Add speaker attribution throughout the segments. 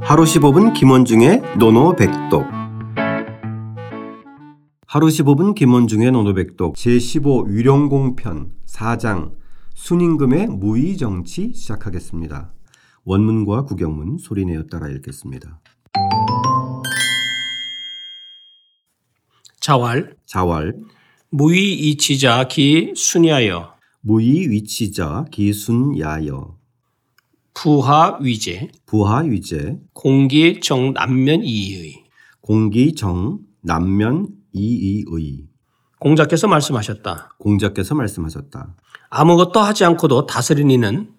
Speaker 1: 하루 15분 김원중의 노노백독 하루 15분 김원중의 노노백독 제15 위령공편 4장 순임금의 무의정치 시작하겠습니다. 원문과 구경문 소리내어 따라 읽겠습니다.
Speaker 2: 자왈
Speaker 1: 자왈
Speaker 2: 무위 이치자 기 순야여
Speaker 1: 무의위치자 기순야여
Speaker 2: 부하 위제
Speaker 1: 부하위제
Speaker 2: 공기 정 남면 이의
Speaker 1: 공기정 남면 이이의
Speaker 2: 공자께서 말씀하셨다.
Speaker 1: 공자께서 말씀하셨다.
Speaker 2: 아무것도 하지 않고도 다스린 이는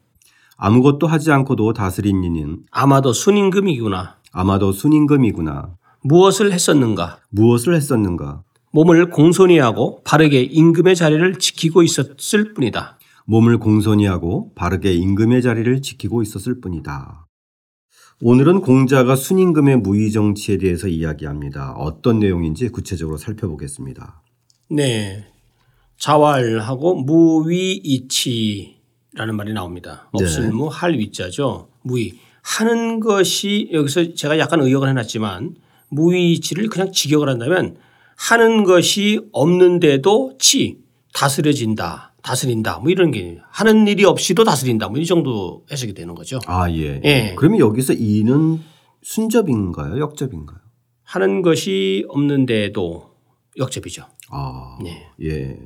Speaker 1: 아무것도 하지 않고도 다스린 이는
Speaker 2: 아마도 순임금이구나.
Speaker 1: 아마도 순임금이구나.
Speaker 2: 무엇을 했었는가?
Speaker 1: 무엇을 했었는가?
Speaker 2: 몸을 공손히 하고 바르게 임금의 자리를 지키고 있었을 뿐이다.
Speaker 1: 몸을 공손히 하고 바르게 임금의 자리를 지키고 있었을 뿐이다. 오늘은 공자가 순임금의 무의정치에 대해서 이야기합니다. 어떤 내용인지 구체적으로 살펴보겠습니다.
Speaker 2: 네. 자활하고 무위이치라는 말이 나옵니다.
Speaker 1: 네.
Speaker 2: 없을 무, 할 위자죠. 무위. 하는 것이 여기서 제가 약간 의역을 해놨지만 무위이치를 그냥 직역을 한다면 하는 것이 없는데도 치, 다스려진다, 다스린다 뭐 이런 게 하는 일이 없이도 다스린다 뭐 이 정도 해석이 되는 거죠.
Speaker 1: 아, 예.
Speaker 2: 예.
Speaker 1: 그러면 여기서 이는 순접인가요? 역접인가요?
Speaker 2: 하는 것이 없는데도 역접이죠.
Speaker 1: 아,
Speaker 2: 네.
Speaker 1: 예.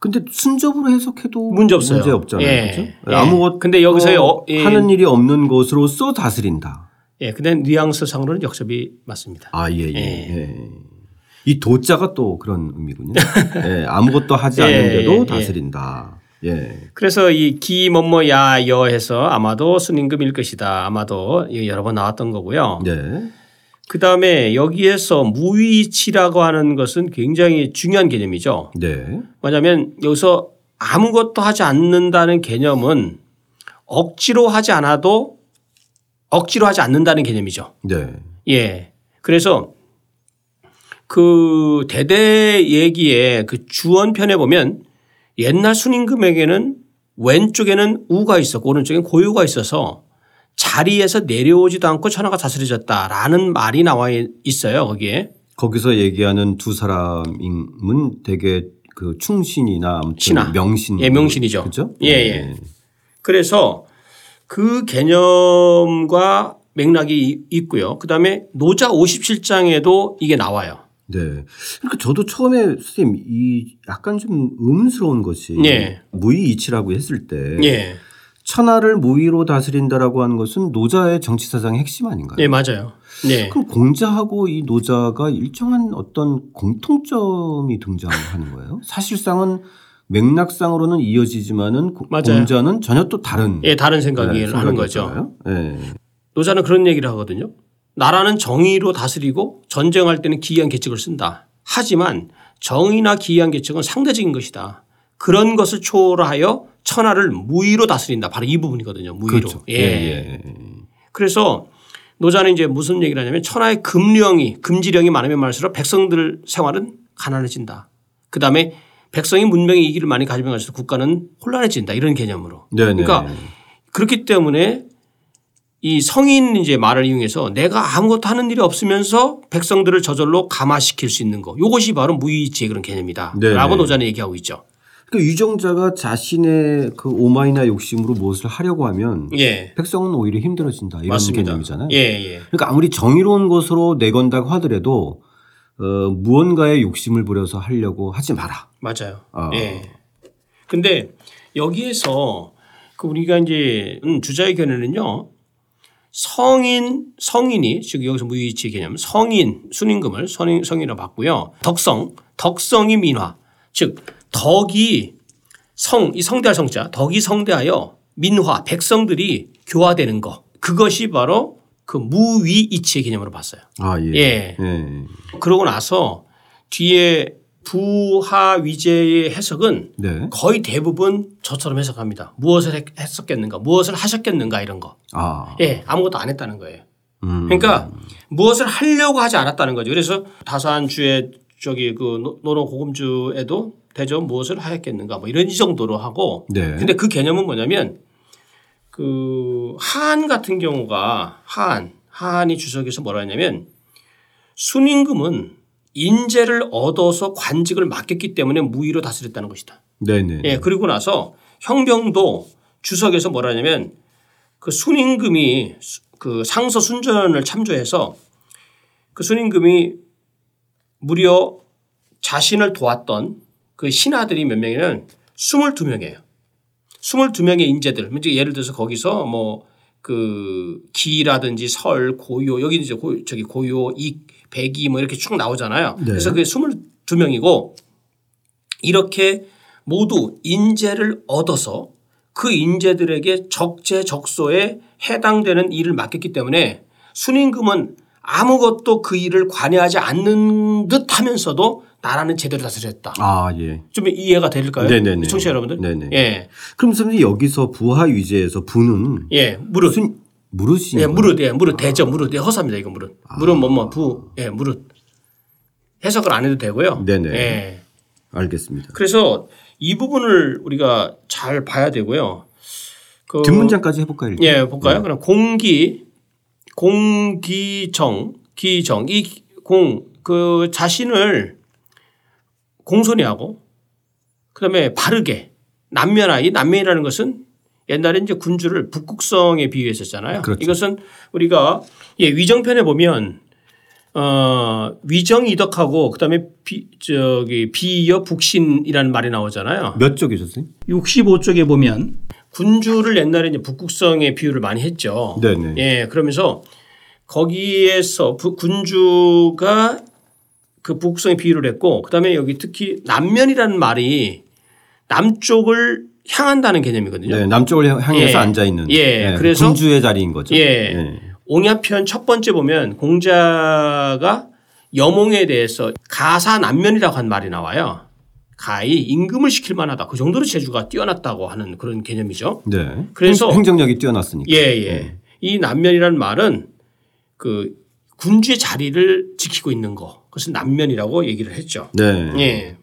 Speaker 1: 근데 순접으로 해석해도
Speaker 2: 문제 없어요.
Speaker 1: 잖아요
Speaker 2: 예.
Speaker 1: 그죠?
Speaker 2: 예.
Speaker 1: 아무것도
Speaker 2: 근데 여기서의 어- 예.
Speaker 1: 하는 일이 없는 것으로서 다스린다.
Speaker 2: 예, 근데 뉘앙스상으로는 역접이 맞습니다.
Speaker 1: 아, 예, 예.
Speaker 2: 예.
Speaker 1: 예. 이 도자가 또 그런 의미군요. 예, 아무것도 하지
Speaker 2: 예,
Speaker 1: 않는데도
Speaker 2: 예, 예.
Speaker 1: 다스린다. 예.
Speaker 2: 그래서 이 기뭐뭐야여 해서 아마도 순임금일 것이다. 아마도 이게 여러 번 나왔던 거고요.
Speaker 1: 네.
Speaker 2: 그 다음에 여기에서 무위치라고 하는 것은 굉장히 중요한 개념이죠.
Speaker 1: 네.
Speaker 2: 왜냐하면 여기서 아무것도 하지 않는다는 개념은 억지로 하지 않아도 억지로 하지 않는다는 개념이죠.
Speaker 1: 네.
Speaker 2: 예. 그래서 그 대대 얘기의 그 주원편에 보면 옛날 순임금에게는 왼쪽에는 우가 있었고 오른쪽엔 고유가 있어서 자리에서 내려오지도 않고 천하가 다스려졌다라는 말이 나와 있어요 거기에
Speaker 1: 거기서 얘기하는 두 사람은 되게 그 충신이나 아무튼
Speaker 2: 신하.
Speaker 1: 명신.
Speaker 2: 예, 명신이죠.
Speaker 1: 그죠? 네.
Speaker 2: 예, 예. 그래서 그 개념과 맥락이 이- 있고요 그다음에 노자 57장에도 이게 나와요
Speaker 1: 네. 그러니까 저도 처음에 선생님 이 약간 좀 의문스러운 것이
Speaker 2: 예.
Speaker 1: 무의이치라고 했을 때
Speaker 2: 예,
Speaker 1: 천하를 무의로 다스린다라고 하는 것은 노자의 정치 사상의 핵심 아닌가요?
Speaker 2: 예 맞아요 네
Speaker 1: 그럼 공자하고 이 노자가 일정한 어떤 공통점이 등장하는 거예요? 사실상은 맥락상으로는 이어지지만은 고-
Speaker 2: 맞아요.
Speaker 1: 공자는 전혀 또 다른
Speaker 2: 예, 다른
Speaker 1: 네,
Speaker 2: 생각을 하는 거죠.
Speaker 1: 생각이었잖아요. 예.
Speaker 2: 노자는 그런 얘기를 하거든요. 나라는 정의로 다스리고 전쟁할 때는 기이한 계책을 쓴다. 하지만 정의나 기이한 계책은 상대적인 것이다. 그런 것을 초월하여 천하를 무의로 다스린다. 바로 이 부분이거든요. 무의로.
Speaker 1: 그렇죠.
Speaker 2: 예.
Speaker 1: 예, 예.
Speaker 2: 그래서 노자는 이제 무슨 얘기를 하냐면 천하의 금령이 금지령이 많으면 많을수록 백성들 생활은 가난해진다. 그다음에 백성이 문명의 이기를 많이 가지면 갈수록 국가는 혼란해진다. 이런 개념으로.
Speaker 1: 네네.
Speaker 2: 그러니까 그렇기 때문에 이 성인 이제 말을 이용해서 내가 아무것도 하는 일이 없으면서 백성들을 저절로 감화시킬 수 있는 거. 요것이 바로 무의지의 그런 개념이다.
Speaker 1: 네.
Speaker 2: 라고 노자는 얘기하고 있죠.
Speaker 1: 그러니까 유정자가 자신의 그 오마이나 욕심으로 무엇을 하려고 하면
Speaker 2: 예.
Speaker 1: 백성은 오히려 힘들어진다 이런
Speaker 2: 맞습니다.
Speaker 1: 개념이잖아요.
Speaker 2: 예, 예.
Speaker 1: 그러니까 아무리 정의로운 것으로 내건다고 하더라도 어, 무언가에 욕심을 부려서 하려고 하지 마라.
Speaker 2: 맞아요.
Speaker 1: 아.
Speaker 2: 예. 근데 여기에서 그 우리가 이제 음, 주자의 견해는요. 성인 성인이 즉 여기서 무의치 개념 성인 순임금을 성인 성인으로 봤고요. 덕성 덕성이 민화 즉 덕이 성 이 성대할 성자 덕이 성대하여 민화 백성들이 교화되는 것 그것이 바로 그 무위이치의 개념으로 봤어요.
Speaker 1: 아 예.
Speaker 2: 예.
Speaker 1: 예.
Speaker 2: 그러고 나서 뒤에 부하 위제의 해석은
Speaker 1: 네.
Speaker 2: 거의 대부분 저처럼 해석합니다. 무엇을 했- 했었겠는가, 무엇을 하셨겠는가 이런 거.
Speaker 1: 아.
Speaker 2: 예, 아무것도 안 했다는 거예요.
Speaker 1: 음.
Speaker 2: 그러니까 무엇을 하려고 하지 않았다는 거죠. 그래서 다산 주의 저기 그 노- 노노 고금주에도 대저 무엇을 하였겠는가 뭐 이런 정도로 하고
Speaker 1: 네.
Speaker 2: 근데 그 개념은 뭐냐면 그 한 같은 경우가 한 한이 주석에서 뭐라 하냐면 순임금은 인재를 얻어서 관직을 맡겼기 때문에 무위로 다스렸다는 것이다.
Speaker 1: 네네.
Speaker 2: 예, 그리고 나서 형병도 주석에서 뭐라 하냐면 그 순임금이 수- 그 상서 순전을 참조해서 그 순임금이 무려 자신을 도왔던 그 신하들이 몇 명이면 22명이에요. 22명의 인재들. 이제 예를 들어서 거기서 뭐 그 기라든지 설, 고요 여기 이제 고, 저기 고요, 익, 백이 뭐 이렇게 쭉 나오잖아요.
Speaker 1: 네.
Speaker 2: 그래서 그게 22명이고 이렇게 모두 인재를 얻어서 그 인재들에게 적재적소에 해당되는 일을 맡겼기 때문에 순임금은 아무것도 그 일을 관여하지 않는 듯 하면서도 나라는 제대로 다스렸다.
Speaker 1: 아 예.
Speaker 2: 좀 이해가 될까요?
Speaker 1: 네네네.
Speaker 2: 청취자 여러분들.
Speaker 1: 네네.
Speaker 2: 예.
Speaker 1: 그럼 선생님 여기서 부하 위제에서 부는
Speaker 2: 예. 무릇.
Speaker 1: 순 무릇이
Speaker 2: 예, 무릇. 예, 무릇. 대저 무릇. 예, 허사입니다. 이거 무릇. 무릇
Speaker 1: 아.
Speaker 2: 뭐뭐 부. 예, 무릇. 해석을 안 해도 되고요.
Speaker 1: 네네.
Speaker 2: 예.
Speaker 1: 알겠습니다.
Speaker 2: 그래서 이 부분을 우리가 잘 봐야 되고요. 그
Speaker 1: 뒷문장까지 해볼까요? 일단?
Speaker 2: 예, 볼까요? 그럼 공기, 공기정, 기정, 이 공 그 자신을 공손히 하고 그다음에 바르게 남면아 이 남면이라는 것은 옛날에 이제 군주를 북극성에 비유했었잖아요.
Speaker 1: 그렇죠.
Speaker 2: 이것은 우리가 예, 위정편에 보면 어, 위정이덕하고 그다음에 비, 저기 비여 북신이라는 말이 나오잖아요.
Speaker 1: 몇 쪽이셨어요?
Speaker 3: 65쪽에 보면
Speaker 2: 군주를 옛날에 이제 북극성에 비유를 많이 했죠.
Speaker 1: 네네.
Speaker 2: 예, 그러면서 거기에서 부- 군주가 그 북성에 비유를 했고 그다음에 여기 특히 남면이라는 말이 남쪽을 향한다는 개념이거든요.
Speaker 1: 네, 남쪽을 향- 향해서
Speaker 2: 예.
Speaker 1: 앉아 있는 네,
Speaker 2: 예, 그래서-
Speaker 1: 군주의 자리인 거죠.
Speaker 2: 예.
Speaker 1: 예.
Speaker 2: 옹야편 첫 번째 보면 공자가 여몽에 대해서 가사 남면이라고 한 말이 나와요. 가히 임금을 시킬 만하다. 그 정도로 재주가 뛰어났다고 하는 그런 개념이죠.
Speaker 1: 네.
Speaker 2: 그래서-
Speaker 1: 행- 행정력이 뛰어났으니까.
Speaker 2: 예, 예. 이 남면이라는 말은 그 군주의 자리를 지키고 있는 거. 그것은 남면이라고 얘기를 했죠.
Speaker 1: 네.
Speaker 2: 예.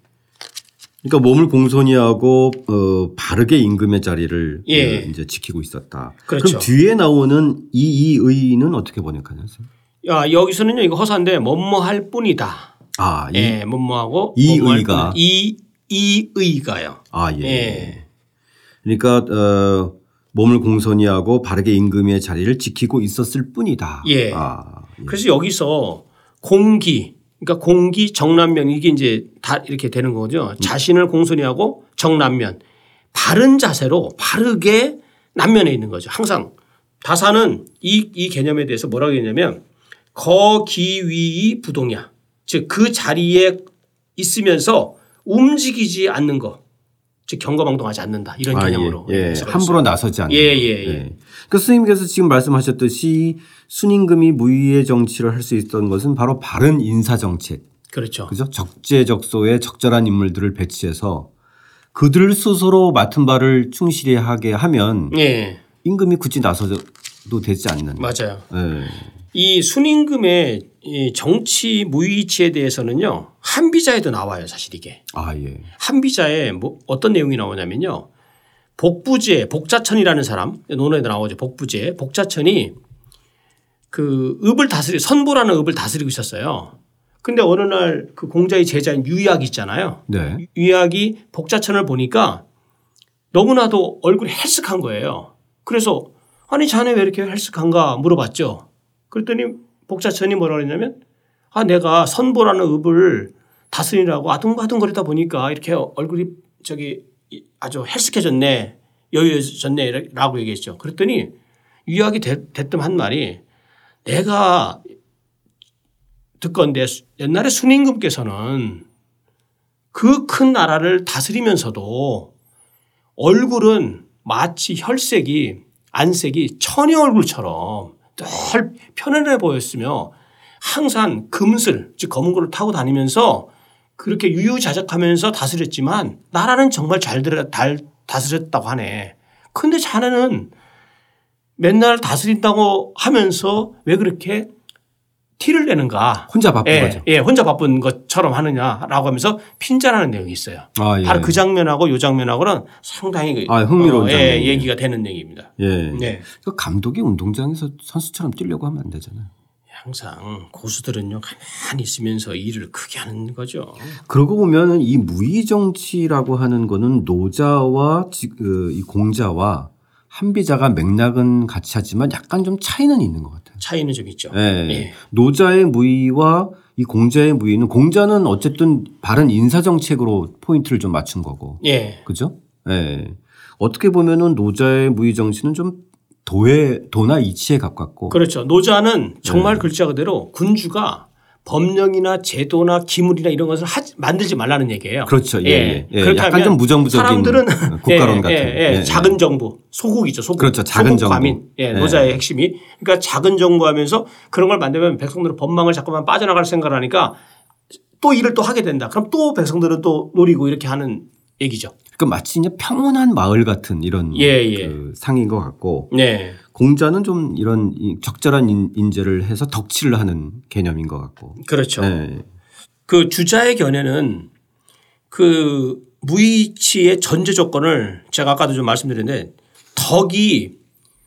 Speaker 1: 그러니까 몸을 공손히 하고 어, 바르게 임금의 자리를
Speaker 2: 예.
Speaker 1: 어, 이제 지키고 있었다.
Speaker 2: 그렇죠.
Speaker 1: 럼 뒤에 나오는 이이의는 어떻게 번역하나요? 선생님?
Speaker 2: 야, 예. 아, 여기서는요, 이거 허사인데, 뭐뭐 할 뿐이다.
Speaker 1: 아, 이,
Speaker 2: 예, 뭐뭐 하고.
Speaker 1: 이
Speaker 2: 뭐뭐 할
Speaker 1: 의가.
Speaker 2: 뿐이다. 이, 이 의가요.
Speaker 1: 아 예.
Speaker 2: 예.
Speaker 1: 그러니까 어, 몸을 공손히 하고 바르게 임금의 자리를 지키고 있었을 뿐이다.
Speaker 2: 예.
Speaker 1: 아, 예.
Speaker 2: 그래서 여기서 공기, 그러니까 공기, 정남면, 이게 이제 다 이렇게 되는 거죠.
Speaker 1: 음.
Speaker 2: 자신을 공손히 하고 정남면. 바른 자세로 바르게 남면에 있는 거죠. 항상. 다사는 이, 이 개념에 대해서 뭐라고 했냐면 거기위이 부동야. 즉 그 자리에 있으면서 움직이지 않는 거. 즉 경거망동하지 않는다. 이런
Speaker 1: 아,
Speaker 2: 개념으로.
Speaker 1: 예, 예.
Speaker 2: 해석을
Speaker 1: 함부로 나서지 않는.
Speaker 2: 예, 예, 예.
Speaker 1: 그 스님께서 지금 말씀하셨듯이 순임금이 무위의 정치를 할 수 있었던 것은 바로 바른 인사 정책,
Speaker 2: 그렇죠.
Speaker 1: 그죠? 적재적소에 적절한 인물들을 배치해서 그들 스스로 맡은 바를 충실히 하게 하면
Speaker 2: 예.
Speaker 1: 임금이 굳이 나서도 되지 않는.
Speaker 2: 맞아요.
Speaker 1: 예.
Speaker 2: 이 순임금의 이 정치 무위치에 대해서는요 한비자에도 나와요 사실 이게
Speaker 1: 아 예.
Speaker 2: 한비자에 뭐 어떤 내용이 나오냐면요 복부제 복자천이라는 사람 논어에도 나오죠 복부제 복자천이 그 읍을 다스리 선보라는 읍을 다스리고 있었어요. 근데 어느 날 그 공자의 제자인 유약 있잖아요.
Speaker 1: 네.
Speaker 2: 유약이 복자천을 보니까 너무나도 얼굴이 헬쓱한 거예요. 그래서 아니 자네 왜 이렇게 헬쓱한가 물어봤죠. 그랬더니 복자천이 뭐라 그랬냐면 아 내가 선보라는 읍을 다스리라고 아둥바둥거리다 보니까 이렇게 얼굴이 저기 이- 아주 헬쓱해졌네 여유해졌네 라고 얘기했죠. 그랬더니 유약이 대- 대뜸 한 말이 내가 듣건데 수- 옛날에 순임금께서는 그 큰 나라를 다스리면서도 얼굴은 마치 혈색이 안색이 천의 얼굴처럼 늘 편안해 보였으며 항상 금슬 즉 검은 걸를 타고 다니면서 그렇게 유유자적하면서 다스렸지만 나라는 정말 잘 들어 달- 다스렸다고 하네. 근데 자네는 맨날 다스린다고 하면서 왜 그렇게 티를 내는가.
Speaker 1: 혼자 바쁜
Speaker 2: 예,
Speaker 1: 거죠.
Speaker 2: 예, 혼자 바쁜 것처럼 하느냐라고 하면서 핀잔하는 내용이 있어요.
Speaker 1: 아, 예.
Speaker 2: 바로 그 장면하고 요 장면하고는 상당히
Speaker 1: 아, 흥미로운
Speaker 2: 예,
Speaker 1: 장면이네요.
Speaker 2: 얘기가 되는 얘기입니다.
Speaker 1: 예.
Speaker 2: 네.
Speaker 1: 그 감독이 운동장에서 선수처럼 뛰려고 하면 안 되잖아요.
Speaker 2: 항상 고수들은요 가만히 있으면서 일을 크게 하는 거죠.
Speaker 1: 그러고 보면 이 무의 정치라고 하는 거는 노자와 지- 그, 이 공자와 한비자가 맥락은 같이 하지만 약간 좀 차이는 있는 것 같아요.
Speaker 2: 차이는 좀 있죠.
Speaker 1: 예.
Speaker 2: 예.
Speaker 1: 노자의 무의와 이 공자의 무의는 공자는 어쨌든 바른 인사 정책으로 포인트를 좀 맞춘 거고,
Speaker 2: 예.
Speaker 1: 그죠? 예. 어떻게 보면은 노자의 무의 정치는 좀 도에 도나 이치에 가깝고,
Speaker 2: 그렇죠. 노자는
Speaker 1: 네.
Speaker 2: 정말 글자 그대로 군주가 법령이나 제도나 기물이나 이런 것을 하지- 만들지 말라는 얘기예요.
Speaker 1: 그렇죠. 예, 예. 예.
Speaker 2: 그렇다면
Speaker 1: 약간 좀 무정부적인 어,
Speaker 2: 사람들은
Speaker 1: 국가론
Speaker 2: 예,
Speaker 1: 같은.
Speaker 2: 예, 예.
Speaker 1: 예, 예.
Speaker 2: 작은 정부, 소국이죠. 소국.
Speaker 1: 그렇죠. 작은
Speaker 2: 소국
Speaker 1: 정부.
Speaker 2: 과민. 예,
Speaker 1: 예.
Speaker 2: 노자의 핵심이. 그러니까 작은 정부하면서 그런 걸 만들면 백성들은 법망을 자꾸만 빠져나갈 생각을 하니까 또 일을 또 하게 된다. 그럼 또 백성들은 또 노리고 이렇게 하는 얘기죠.
Speaker 1: 그 마치 이제 평온한 마을 같은 이런
Speaker 2: 예, 예.
Speaker 1: 그 상인 것 같고
Speaker 2: 네.
Speaker 1: 공자는 좀 이런 이 적절한 인- 인재를 해서 덕질을 하는 개념인 것 같고.
Speaker 2: 그렇죠.
Speaker 1: 네.
Speaker 2: 그 주자의 견해는 그 무의치의 전제 조건을 제가 아까도 좀 말씀드렸는데 덕이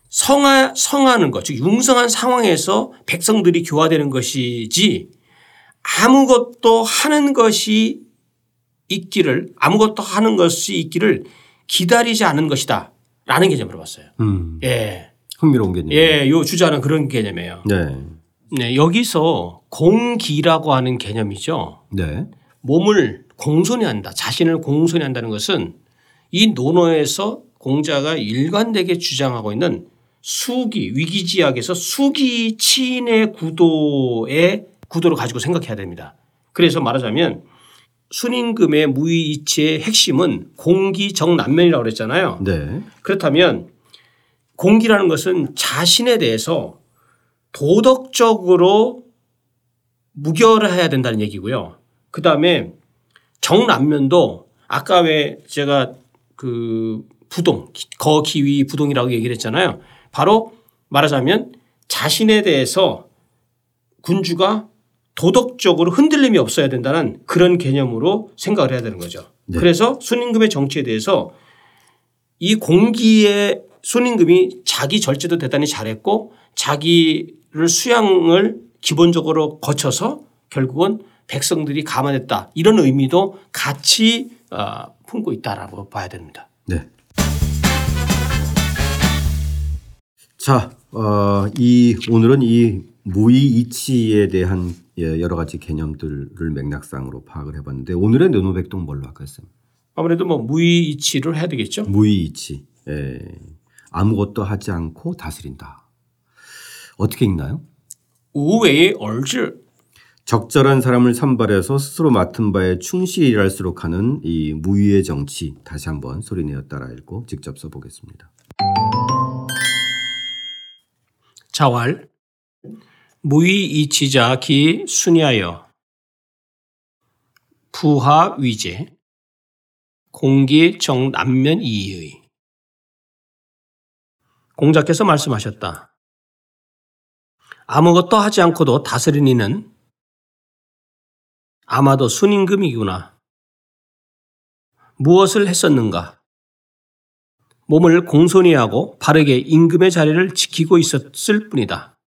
Speaker 2: 성하, 성하는 것, 즉 융성한 상황에서 백성들이 교화되는 것이지 아무것도 하는 것이 있기를 아무것도 하는 것이 있기를 기다리지 않은 것이다 라는 개념으로 봤어요.
Speaker 1: 음,
Speaker 2: 예.
Speaker 1: 흥미로운 개념.
Speaker 2: 예. 요 주자는 그런 개념이에요.
Speaker 1: 네.
Speaker 2: 네. 여기서 공기라고 하는 개념이죠.
Speaker 1: 네.
Speaker 2: 몸을 공손히 한다. 자신을 공손히 한다는 것은 이 논어에서 공자가 일관되게 주장하고 있는 수기, 위기지학에서 수기 치인의 구도의 구도를 가지고 생각해야 됩니다. 그래서 말하자면 순임금의 무위이치의 핵심은 공기 정남면이라고 그랬잖아요.
Speaker 1: 네.
Speaker 2: 그렇다면 공기라는 것은 자신에 대해서 도덕적으로 무결을 해야 된다는 얘기고요. 그 다음에 정남면도 아까 왜 제가 그 부동, 거기위 부동이라고 얘기를 했잖아요. 바로 말하자면 자신에 대해서 군주가 도덕적으로 흔들림이 없어야 된다는 그런 개념으로 생각을 해야 되는 거죠.
Speaker 1: 네.
Speaker 2: 그래서 순임금의 정치에 대해서 이 공기의 손임금이 자기 절제도 대단히 잘했고 자기를 수양을 기본적으로 거쳐서 결국은 백성들이 감안했다 이런 의미도 같이 어, 품고 있다라고 봐야 됩니다.
Speaker 1: 네. 자, 어, 이 오늘은 이 무의이치에 대한 예, 여러 가지 개념들을 맥락상으로 파악을 해봤는데 오늘의 노노백동 뭘로 할까요, 쌤?
Speaker 2: 아무래도 뭐 무의이치를 해야 되겠죠.
Speaker 1: 무의이치. 예. 아무것도 하지 않고 다스린다. 어떻게 읽나요?
Speaker 2: 우외의 얼질
Speaker 1: 적절한 사람을 선발해서 스스로 맡은 바에 충실히 일할수록 하는 이 무위의 정치 다시 한번 소리내어 따라 읽고 직접 써보겠습니다.
Speaker 2: 자활 무의이치자 기 순이하여 부하 위제 공기 정남면 이의 공자께서 말씀하셨다. 아무것도 하지 않고도 다스린 이는 아마도 순임금이구나. 무엇을 했었는가? 몸을 공손히 하고 바르게 임금의 자리를 지키고 있었을 뿐이다.